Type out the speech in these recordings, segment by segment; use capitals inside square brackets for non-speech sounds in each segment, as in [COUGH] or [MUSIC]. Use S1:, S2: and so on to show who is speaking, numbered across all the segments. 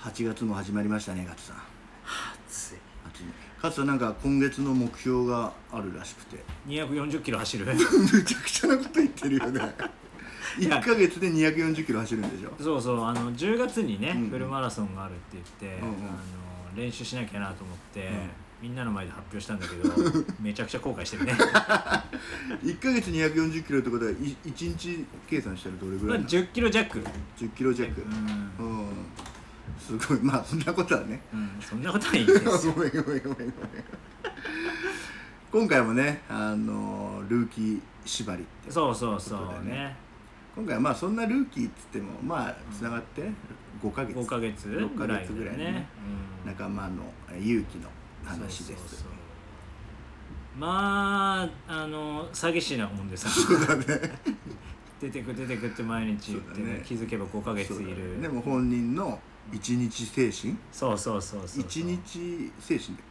S1: 8月も始まりましたね勝さん
S2: 暑い
S1: 暑いね勝さんなんか今月の目標があるらしくて
S2: 240キロ
S1: [LAUGHS]
S2: 走る
S1: むちゃくちゃなこと言ってる [LAUGHS] よね
S2: いや
S1: 1ヶ月で240キロ走るんでしょ
S2: そうそうあの10月にね、
S1: うんうん
S2: フルマラソンがあるって言って、
S1: うんうん
S2: あの練習しなきゃなと思って、
S1: ん
S2: みんなの前で発表したんだけど
S1: [LAUGHS]
S2: めちゃくちゃ後悔してるね
S1: 1ヶ月240キロってことは1日計算したらどれぐら
S2: ま [LAUGHS] あ
S1: いなの
S2: 10キ
S1: [LAUGHS]
S2: ロ弱
S1: 10キロ弱
S2: うん
S1: うんすごいまあそんなことはね
S2: うん、そんなことはいいんですよ
S1: [LAUGHS] ごめんごめんごめんごめん今回もねあのルーキー縛りって
S2: そうそうそう
S1: ことだよ
S2: ね
S1: ね今回はまあそんなルーキーっつってもまあつながって5ヶ月
S2: 5ヶ月
S1: 6ヶ
S2: ぐらい
S1: 月
S2: だ
S1: ぐ
S2: よ
S1: らい
S2: ね
S1: ね、
S2: うん
S1: 仲間のえ勇気の話です
S2: そうそうそうまああの詐欺師なもんでさ [LAUGHS] 出てく出てくって毎日言って、
S1: そうだ
S2: ね
S1: ね
S2: 気づけば5ヶ月
S1: そう
S2: い
S1: だね
S2: る
S1: でも本人の一日精神
S2: そうそうそうそう
S1: 一日精神だっ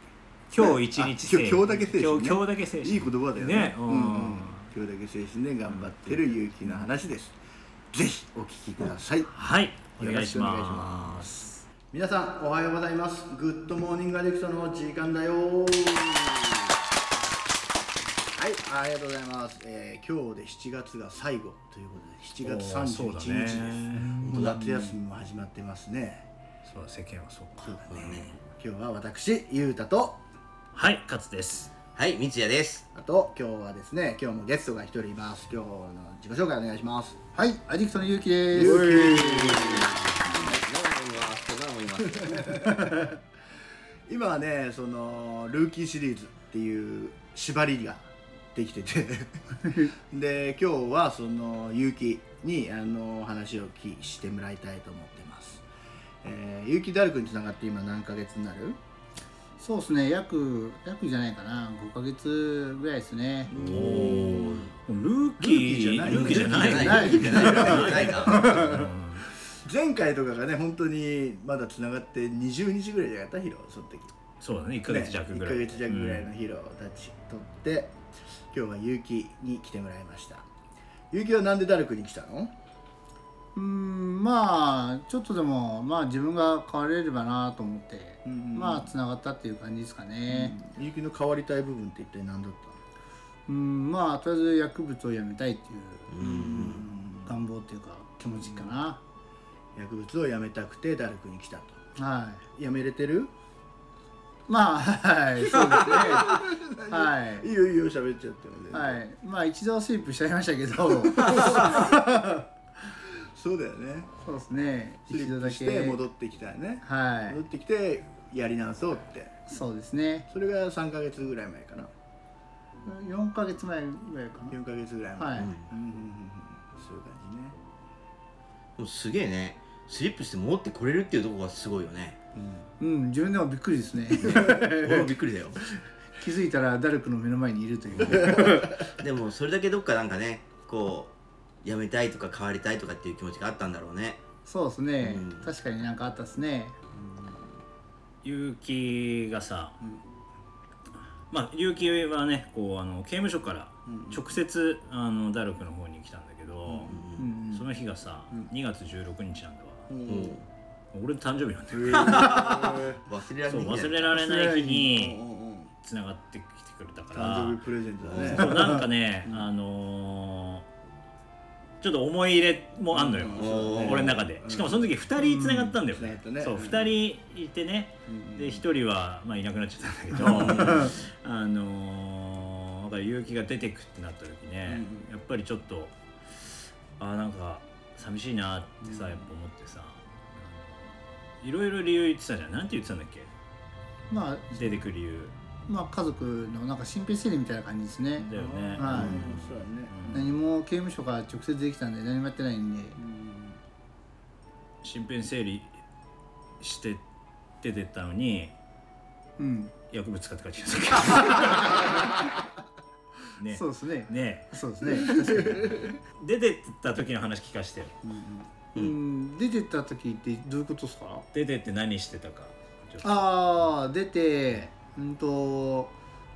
S2: 今日一日精
S1: あ今日今日だけ精神ね
S2: 今日今日だけ精
S1: け
S2: 神
S1: いい言葉だよね
S2: ねう
S1: うん
S2: ん、
S1: うん、今日だけ精神で頑張ってる勇気の話ですぜひお聞きください
S2: はいお願
S1: よろ
S2: い
S1: し
S2: し
S1: くお願いし
S2: ま
S1: ます皆さんおはようございますグッドモーニングアディクションの時間だよはいありがとうございます、えー今日で7月が最後ということで7月
S2: おーそう
S1: 31
S2: だ
S1: 日
S2: ね
S1: です、もう
S2: うん
S1: 夏休みも始まってますね
S2: そう世間はそうか
S1: そうだね今日は私ゆうたと
S2: はい勝です
S3: はい、三ツ矢です。
S1: あと今日はですね今日もゲストが一人います今日の自己紹介お願いしますはいアディクションのゆうきです
S3: 奈良もいます。奈良もいます。
S1: 今はねそのルーキーシリーズっていう縛りができて
S2: [LAUGHS]
S1: てで今日はその結城にあの話を聞きしてもらいたいと思ってます、えー、結城ダルクにつながって今何ヶ月になる
S4: そうですね約約じゃないかな5ヶ月ぐらいですね
S2: おおルーキー
S1: ル
S2: ル
S1: ーキー
S2: ーキー
S1: じ
S2: じ
S1: ゃ
S2: ゃ
S1: な
S2: ないい
S1: ね
S3: ないないないな。
S1: 前回とかがね本当にまだつながって20日ぐらいじゃなかったヒロその時
S2: そうだね1ヶ月弱ぐらい、
S1: ね、1ヶ月弱ぐらいのヒロたちとって、今日は結城に来てもらいました結城はなんでダルクに来たの
S4: うーんまあちょっとでもまあ自分が変われればなと思って、
S1: うんうんうん
S4: まあつながったっていう感じですかね
S1: 結城の変わりたい部分って一体何だったの
S4: うんまあとりあえず薬物をやめたいっていううん願望っていうか気持ちかな、
S1: 薬物をやめたくてダルクに来たと
S4: は
S1: やめれてる
S4: いまあはいそうですねはい
S1: いいよいいよ喋っちゃってもね、
S4: はいまあ一度スイープしちゃいまし
S1: [LAUGHS]
S4: たけど
S1: そうだよね
S4: そうですね
S1: スリ
S4: 一度
S1: ッ
S4: だ
S1: プし
S4: け
S1: て戻ってきたよね、
S4: は
S1: 戻ってきてやり直そうって
S4: いそうですね
S1: それが3ヶ月ぐらい前かな
S4: 4ヶ月前ぐらいか
S1: 4ヶ月ぐらい
S4: な
S1: 前、
S4: はい、
S1: うんうんうんうんそういう感じね
S3: でもすげえね。スリップして戻ってこれるっていうところがすごいよね。
S4: うん、自分でもびっくりです [LAUGHS] ね
S3: 俺もびっくりだよ。
S4: 気づいたらダルクの目の前にいるという
S3: でもそれだけどっかなんかね、こうやめたいとか変わりたいとかっていう気持ちがあったんだろうね。
S4: そうですね、
S3: うん
S4: 確かになんかあったですね
S2: 結城がさ、まあ結城はねこうあの刑務所から直接、あのダルクの方に来たんだけど、
S4: う
S3: うん
S2: その日がさ、2月16日なんだわ
S1: うん
S3: ん。
S1: うん
S2: 俺の誕生日なんだよ、
S3: 忘れられ
S2: そう
S3: ない。
S2: 忘れられない日
S1: [LAUGHS] う
S2: に
S1: んうんうん
S2: 繋がってきてくれたから
S1: 誕生日プレゼントだね
S2: そうなんかね、あのーちょっと思い入れもあんのよ、
S1: うん
S3: そうだね
S2: 俺の中で、しかもその時2人繋がったんだよ
S1: うん繋が
S2: ね
S1: っ,、たね
S2: そう
S1: うん
S2: 2人いてね、
S1: うん
S2: で1人は、まあ、いなくなっちゃったんだけど [LAUGHS] あのー、だから結城が出てくってなった時ね、
S1: うん
S2: やっぱりちょっとあーなんか寂しいなってさ、やっぱ思ってさあのいろいろ理由言ってたじゃんなんて言ってたんだっけ
S4: まあ
S2: 出てく理由
S4: まあ家族のなんか身辺整理みたいな感じですね、
S2: だよね、
S4: は
S1: う
S4: い
S1: んそうだね
S4: 何も刑務所から直接できたんで何もやってないんで
S1: うん
S2: 身辺整理して出てったのに
S4: うん、
S2: 薬物使って帰ってき
S4: [LAUGHS]
S2: たんだけどね
S4: そうですね
S2: ね
S4: そうです [LAUGHS] ね確かに、
S2: 出てった時の話聞かせてよ
S4: うん出てった時ってどういうことですか
S2: 出てって何してたかちょっと
S4: ああ出てうんと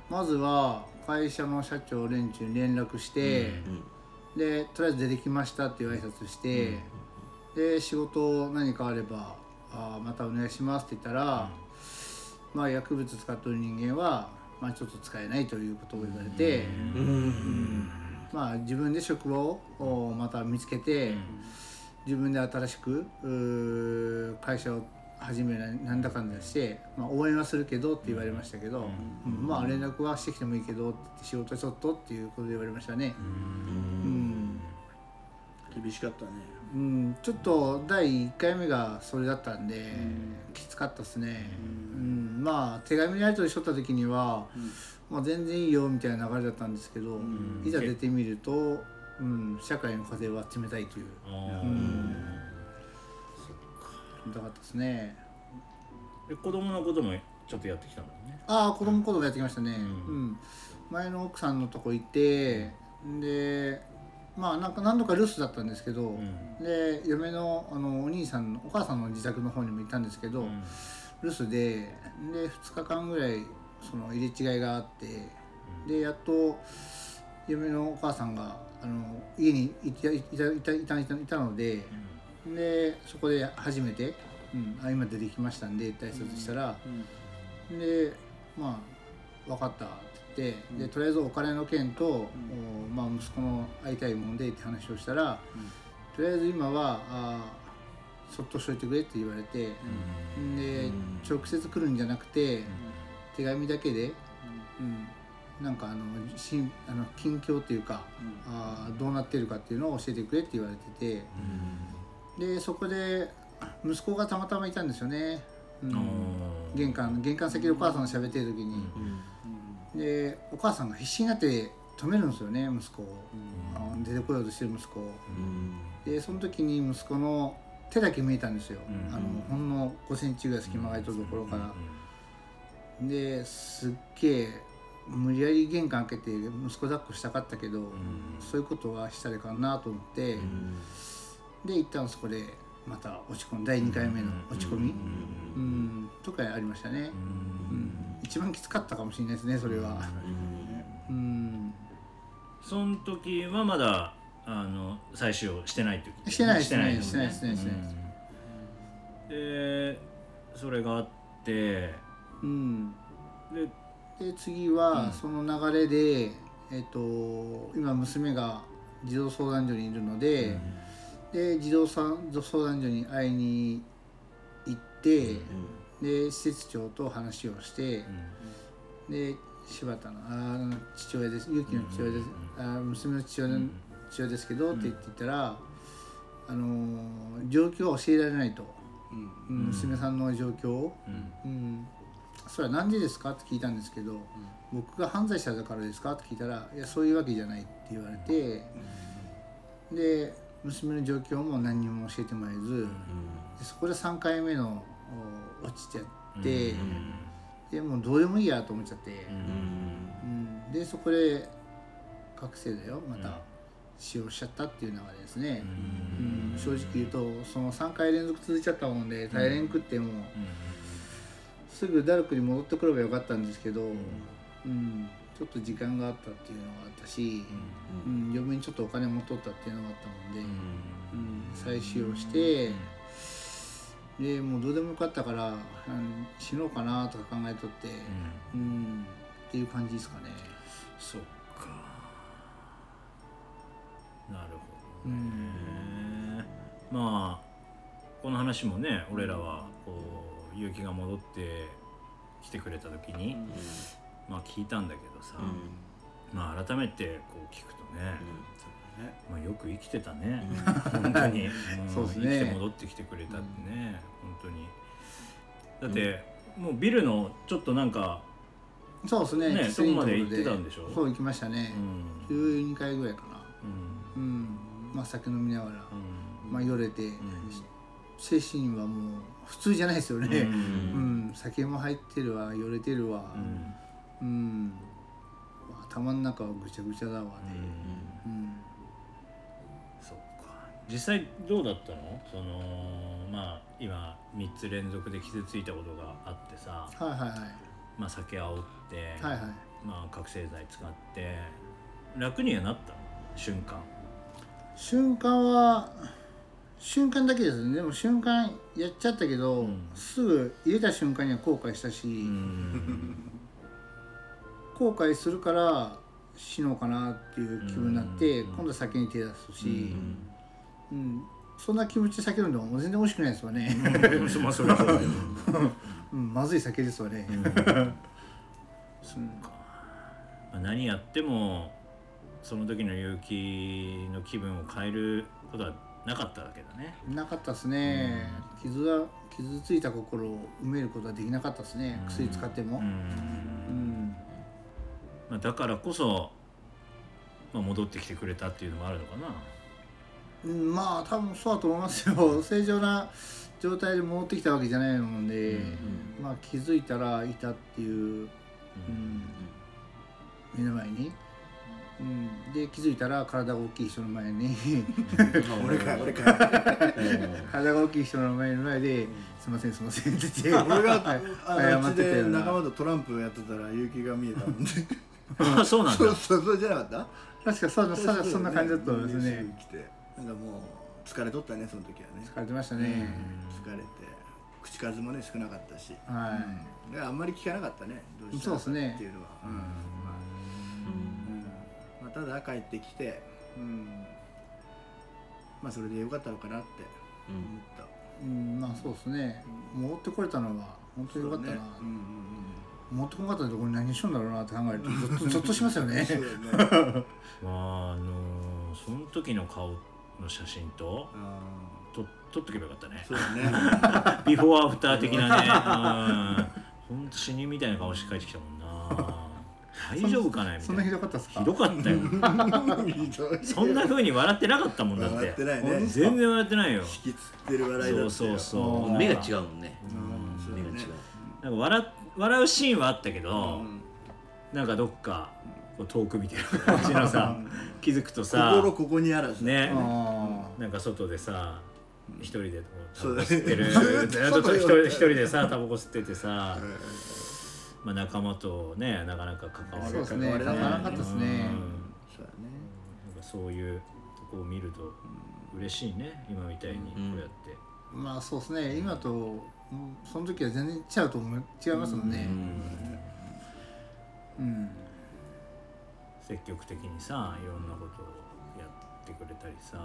S4: まずは会社の社長連中に連絡して、
S2: うん
S3: うん。
S4: でとりあえず出てきましたっていう挨拶して、で仕事何かあればあーまたお願いしますって言ったら、まあ、薬物使ってる人間は、まあ、ちょっと使えないということを言われて、
S3: うん
S4: まあ、自分で職場をおまた見つけて、自分で新しくうー会社を始めないなんだかんだして、まあ、応援はするけどって言われましたけど、うんまあ、連絡はしてきてもいいけどって言って仕事ちょっとっていうことで言われましたね。うん
S1: 厳しかったね
S4: うん、ちょっと第1回目がそれだったんで、きつかったですね、うんまあ手紙のやり取りしとった時には、まあ、全然いいよみたいな流れだったんですけど、いざ出てみると、うん、社会の風は冷たいという
S2: あ
S4: 痛かったですね
S2: ーで子供のこともちょっとやってきたもんね
S4: ああ子供子供やってきましたね、
S2: う
S4: うん前の奥さんのとこ行ってでまあなんか何度か留守だったんですけど、で嫁のあのお兄さんのお母さんの自宅の方にも行ったんですけど、
S2: うん
S4: 留守でで2日間ぐらいその入れ違いがあってでやっと嫁のお母さんがあの家にいたいたいたいたいたいたのででそこで初めて「うん、あ今出てきましたんで」って挨拶したら、でまあ分かったって言って、でとりあえずお金の件と、おまあ、息子の会いたいもんでって話をしたら、とりあえず今はあーそっとしといてくれって言われて。で、
S3: うん
S4: 直接来るんじゃなくて、手紙だけで、うんなんかあのしんあの近況っていうか、あーどうなってるかっていうのを教えてくれって言われててでそこで息子がたまたまいたんですよね、うん
S2: おー
S4: 玄関玄関先でお母さんと喋ってる時に、でお母さんが必死になって止めるんですよね息子を、あの出てこようとしてる息子を。でその時に息子の手だけ見えたんですよ、
S2: うん
S4: あのほんの5センチぐらい隙間が空いたところから、ですっげえ無理やり玄関開けて息子抱っこしたかったけど、そういうことはしたらいかんなと思って、で一旦そこでまた落ち込む第2回目の落ち込み、うんとかありましたね、うん一番きつかったかもしれないですねそれはうん、
S2: その時はまだあの採取をしてないってこと
S4: してないですね
S2: よ
S4: してないですね
S2: うんでそれがあって
S4: うん、
S2: で
S4: で次はその流れで、えっと今娘が児童相談所にいるので、で児童さん相談所に会いに行って、で施設長と話をして、で柴田のあー父親です勇気の父親です、あー娘の父親の、父親ですけど、って言って言ったら、あのー状況は教えられないと、うん娘さんの状況を。
S2: うん
S4: うん、それは何時ですかって聞いたんですけど、僕が犯罪者だからですかって聞いたら「いやそういうわけじゃない」って言われて、で娘の状況も何にも教えてもらえず、でそこで3回目のお落ちちゃって、でもうどうでもいいやと思っちゃって、うんでそこで覚醒だよまた使用しちゃったっていう流れですね、うん正直言うとその3回連続続いちゃったもんで大連食ってもう。すぐダルクに戻ってくればよかったんですけど、うんちょっと時間があったっていうのがあったし、うん余分にちょっとお金も取ったっていうのがあったもんで、うん再使用して、でもうどうでもよかったから、うん死のうかなとか考えとって、うんっていう感じですかね。
S2: そっかなるほ
S4: う
S2: どね
S4: ん
S2: まあこの話もね俺らはこう結城が戻ってきてくれた時に、まあ聞いたんだけどさ、まあ改めてこう聞くとね、まあ、よく生きてたね、本当
S4: [LAUGHS]
S2: に、ん
S4: そうですね
S2: 生きて戻ってきてくれたってね、本当にだって、もうビルのちょっとなんか、
S4: そうですね。
S2: ね
S4: 喫煙
S2: そこまで
S4: ところ
S2: 行ってたんでしょ
S4: そう行きましたね
S2: う。ん
S4: 12回ぐらいかな。
S2: うん
S4: うん、まあ酒飲みながら、
S2: う
S4: まあよれて、
S2: ん
S4: 精神はもう普通じゃないですよね。
S2: んうん
S4: うん、酒も入ってるわよれてるわ
S2: うん
S4: うん、頭の中はぐちゃぐちゃだわねうん、
S2: そっか実際どうだったのそのまあ今3つ連続で傷ついたことがあってさ、
S4: はいはいはい
S2: まあ、酒煽って、
S4: はいはい
S2: まあ、覚醒剤使って楽にはなったの瞬間
S4: 瞬間は瞬間だけですねでも瞬間やっちゃったけど、
S2: うん
S4: すぐ入れた瞬間には後悔したし、
S2: うん
S4: 後悔するから死のうかなっていう気分になって、
S2: うん
S4: 今度は酒に手出すし、
S2: うん
S4: うんそんな気持ちで酒飲んでも全然美味しくないですわね、
S2: うんそまあそれはそうだよ
S4: うん、まずい酒ですわね、
S2: うん
S4: そうん
S2: まあ何やってもその時の勇気の気分を変えることはなかったわけだね
S4: なかったですね、傷が傷ついた心を埋めることはできなかったですね、薬使っても
S2: う
S4: うんん、
S2: まあ、だからこそ、まあ、戻ってきてくれたっていうのもあるのかな
S4: うんまあ多分そうだと思いますよ [LAUGHS] 正常な状態で戻ってきたわけじゃないもんで、
S2: うん
S4: まあ気づいたらいたっていう、う
S2: うん
S4: ん、目の前に、うん、で気づいたら体が大きい人の前に
S1: 俺か俺か
S4: [LAUGHS] 体が大きい人の前の前で「すいませんすいません」って
S1: [LAUGHS]
S4: 言って
S1: 俺
S4: [LAUGHS]
S1: が
S4: はい
S1: あのうちで
S4: ような
S1: 仲間とトランプやってたら勇気が見えたもんで
S2: あそうなんだ
S1: そ
S2: [LAUGHS]
S1: うそうそれじゃなかった
S4: 確かそうそうそんな感じだったんです
S1: みん
S4: ね
S1: なすぐ来てなんかもう疲れとったねその時はね
S4: 疲れてましたね、
S1: 疲れて口数もね少なかったし、
S4: はい、
S1: だからあんまり聞かなかったねどうした
S4: そうですね
S1: っていうのは、うんまあ、ただ帰ってきて、うん、まあそれでよかったのかなって思った
S4: うん、まあそうですね戻ってこれたのは本当によかったな、
S1: そうだねうんうん
S4: 持ってこなかったところに何しようんだろうなって考えるとゾッとゾッとしますよ
S1: うん
S4: ね
S1: そう
S4: [LAUGHS]
S1: だね
S2: まああのーその時の顔の写真と
S1: あ
S2: と撮っとけばよかったね
S1: ーそうだね
S2: ビフォーアフター的なねうんほんと死人みたいな顔して帰ってきたもんな [LAUGHS] 大丈夫かなみた
S4: そ
S2: い
S4: んな
S2: なひ
S4: ひどかったですか
S2: どかったよ
S1: ひどい
S2: そんな風に笑ってなかったもんだっ
S1: 笑
S2: て
S1: ってない
S4: 本当
S1: ね
S4: に
S2: 全然笑ってないよ
S1: 引きつってる笑いだったよ
S2: そうそうそうう
S4: あー
S3: 目が
S2: う
S3: 違うもんね
S1: うんそう
S3: 目
S1: だ
S3: が違
S1: ね
S3: う
S2: なんか笑笑うシーンはあったけど、
S1: うん
S2: なんかどっかこう遠く見てる感じのさ気づくとさ
S1: 心ここにあらずだ
S2: ね
S4: あ
S2: なんか外でさ一人でこうタ
S1: そ
S2: バ
S1: う
S2: コ
S1: だね
S2: 吸ってる
S1: ずーっと
S2: ずーっと
S1: 外
S2: 一
S1: よ
S2: 人一人でさタバコ吸っててさ
S1: う、ん
S2: まあ、仲間とねなかなか関わる
S4: そうですね
S1: 関われなかったですそう
S2: うん
S4: ね
S1: だね
S2: なんかそういうとこを見ると嬉しいね今みたいにこうやって、
S4: ーまあそうですね今とうんその時は全然違うと思う違いますもんねうん
S2: 積極的にさいろんなことをやってくれたりさ、うん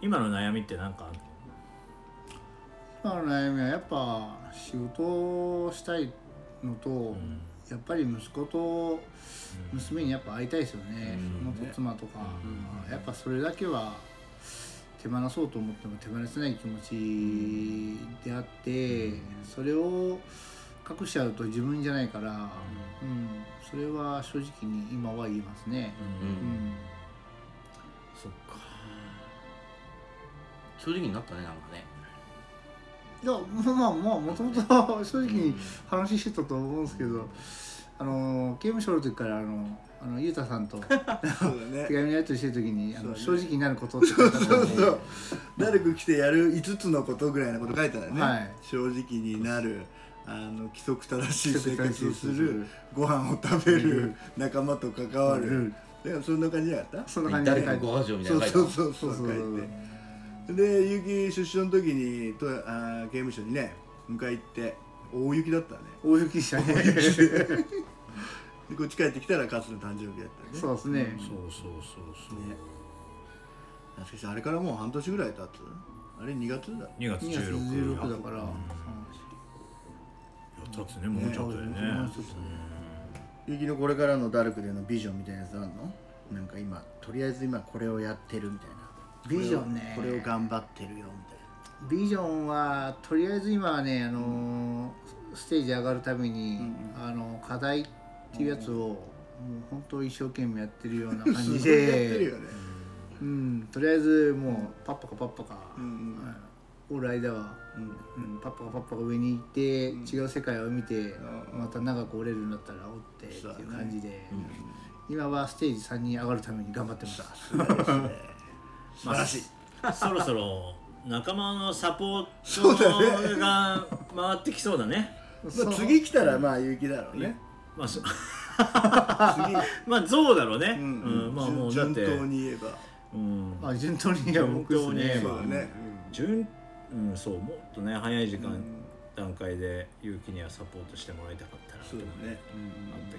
S2: 今の悩みって何かあるの
S4: 今の悩みはやっぱ仕事をしたいのと、
S2: うん
S4: やっぱり息子と
S2: うん
S4: 娘にやっぱ会いたいですよね、
S2: うん
S4: 元妻とか、
S1: うん
S4: やっぱそれだけは手放そうと思っても手放せない気持ちであって、それを隠しちゃうと自分じゃないから、うんそれは正直に今は言いますね、
S2: うん
S4: うん
S2: そっか
S3: 正直になったねなんかね
S4: いやまあまあもともと [LAUGHS] 正直に話してたと思うんですけどあの刑務所の時からあのあのゆうたさんと
S1: そうだね
S4: 手紙のやり取りしてる時にあの、
S1: そ
S4: 正
S1: うだね
S4: 直になることって書いてあったんで
S1: そう誰か来てやる5つのことぐらいのこと書いてあるね、
S4: はい
S1: 正直になるあの規則正しい生活をす
S4: 規則正しい生活をす
S1: る
S4: る
S1: ご飯を食べる仲間と関わるだからそんな感じじゃなかった
S4: そんな感じ
S3: 誰
S4: で書
S3: か
S4: いて
S3: ご繁盛みたい
S1: そう
S3: な
S1: そう
S3: う
S1: そうそ
S4: そうう
S1: 書
S4: そ
S1: いうてで結城出所の時にとあー刑務所にね迎え行って大雪だったね
S4: 大雪でしたね
S1: でこっち帰ってきたら勝の誕生日やったね
S4: そうですね
S2: そうそうそうそう、
S1: ね懐かしいあれからもう半年ぐらい経つあれ2月だ
S2: 2月16
S4: 2月
S2: 日
S4: 16だから
S2: うんいや経つねもうちょっとでね
S4: ねそうですね
S1: ゆきのこれからのダルクでのビジョンみたいなやつあるのなんか今とりあえず今これをやってるみたいな
S4: ビジョンね
S1: これをこれを頑張ってるよみたいな
S4: ビジョンはとりあえず今はねあのーステージ上がるためにあの課題っていうやつをもう本当一生懸命やってるよう
S2: [LAUGHS]
S4: な感
S1: [LAUGHS]
S4: じ
S1: それやってる
S4: で
S1: よね
S4: うんとりあえずもうパッパカパッパカ
S1: うんうん
S4: おる間は
S1: うん
S4: うんパッパカパッパカ上に行って違う世界を見て
S1: うん
S4: また長く折れるんだったら折ってっていう感じで
S3: ん
S4: 今はステージ3に上がるために頑張ってます
S1: さすがですね素晴らしい
S2: そろそろ仲間のサポー
S1: そうだ
S2: トが回ってきそうだね
S1: まあ次来たらまあゆきだろうね
S2: まあそ
S1: 次
S2: [LAUGHS] まあ象だろうね、
S1: う
S2: うんんまあもうだっ
S1: 順
S2: て
S1: 順当に言えば
S2: うん、
S4: あ順当にいや僕ですね
S1: そうだね、
S2: 順うん、そうもっとね早い時
S1: うん
S2: 間、段階で勇気にはサポートしてもらいたかったなと
S1: そう
S2: 思
S1: だ
S2: って
S1: ね、
S2: あったけ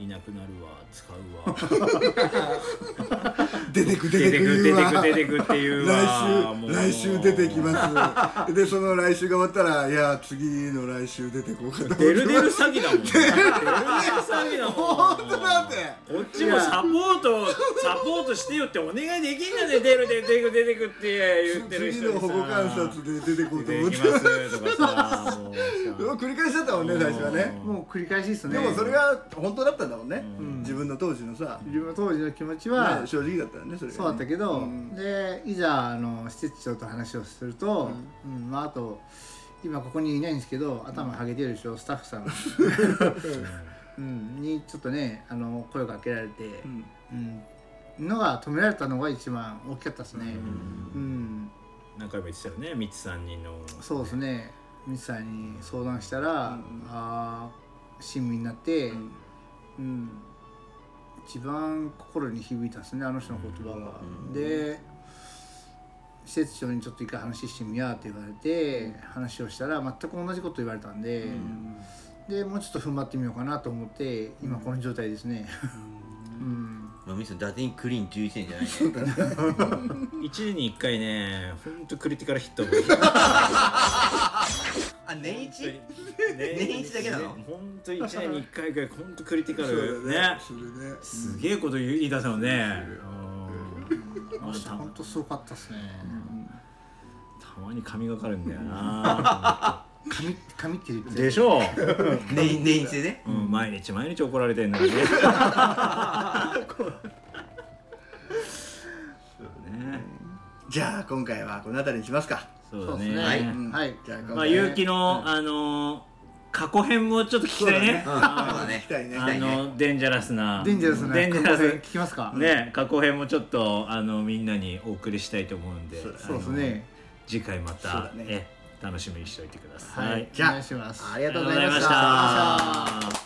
S2: ど、いなくなるわ使う
S1: [LAUGHS]
S2: わ
S1: 出てく
S2: 出
S1: 出て
S2: てく
S1: く言う
S2: 出て
S1: わ
S2: く出てくっていうわもう
S1: 来週来週出てきます [LAUGHS] でその来週が終わったらいや次の来週出てこうかと思って
S2: デルデル詐欺だもんね。デルデル詐欺だもん。
S1: 本当だって
S2: こっちもサポートサポートしてよってお願いできんだね。デルデル出てく出てくって言ってる人
S1: 次
S2: にさ
S1: の保護観察で出てこうと思
S2: 出
S1: ってて
S2: きますとかさ。
S1: [LAUGHS]
S2: もうさ
S1: 繰り返しだ [LAUGHS] ったもんね最初はね
S4: もう繰り返しですね
S1: でもそれが本当だったんだもんね、
S4: うん
S1: 自分の当時のさ、
S4: 自分の当時の気持ちは、
S1: まあ、正直だったよねそれがね
S4: そうだったけど、
S1: うん
S4: でいざあの施設長と話をすると、うんまあ、あと今ここにいないんですけど頭はげてるでしょ、スタッフさん、うん、にちょっとねあの声をかけられて、
S1: うん
S4: うんのが止められたのが一番大きかったですね、
S2: う
S4: うんん、
S2: 何回も言ってたよね。ミツさんにの。
S4: そうですねミツさんに相談したら、
S1: うん
S4: ああ親身になって、
S1: うん
S4: うん、一番心に響いたんですねあの人の言葉が。で施設長にちょっと一回話してみやって言われて話をしたら全く同じこと言われたんで、でもうちょっと踏ん張ってみようかなと思って今この状態ですね。うん、
S3: まあ、みさん、打点クリーン11点じゃないの
S2: 一年に一回ね、本当クリティカルヒット。
S3: あ、年一
S2: 年
S3: 年一だけなの
S2: 本当一年に一回ぐらい本当クリティカ
S1: そう
S2: ル
S1: だね
S2: ね。
S1: それね
S2: すげえこと言い出したのね。うん
S4: あの人本当すごかったですね。
S2: たまに髪がかるんだよな
S4: 髪髪って言って
S2: でしょう、
S3: 年年一でね。
S2: うん、毎日毎日怒られてんのにねそうね
S1: じゃあ今回はこの辺りにしますか
S2: そう
S4: そう
S2: だね
S4: ですね。
S3: はい
S1: うん
S4: はい。
S1: じゃあ今回
S2: ま
S1: は
S2: あ
S1: ね
S2: 結城の、あのー過去編もちょっと聞きたいね
S1: そう
S3: うん、そう
S2: あ
S3: だね。
S1: 行きたいね
S2: ー
S1: 行
S2: あ
S1: き
S2: のデンジャラスな
S4: デンジャラスな
S2: デンジャラ
S4: 過去編
S2: ス
S4: 聞きますか。。
S2: ね過去編もちょっとあのみんなにお送りしたいと思うんで
S1: そうだ
S4: そうですね。
S2: あの次回ま
S1: そう
S2: た
S1: だ、ね
S2: え楽しみにしておいてくださ
S4: はいい。
S1: じゃあ
S4: お願いします。
S1: ありがとうございまし
S2: ありがとうございましたた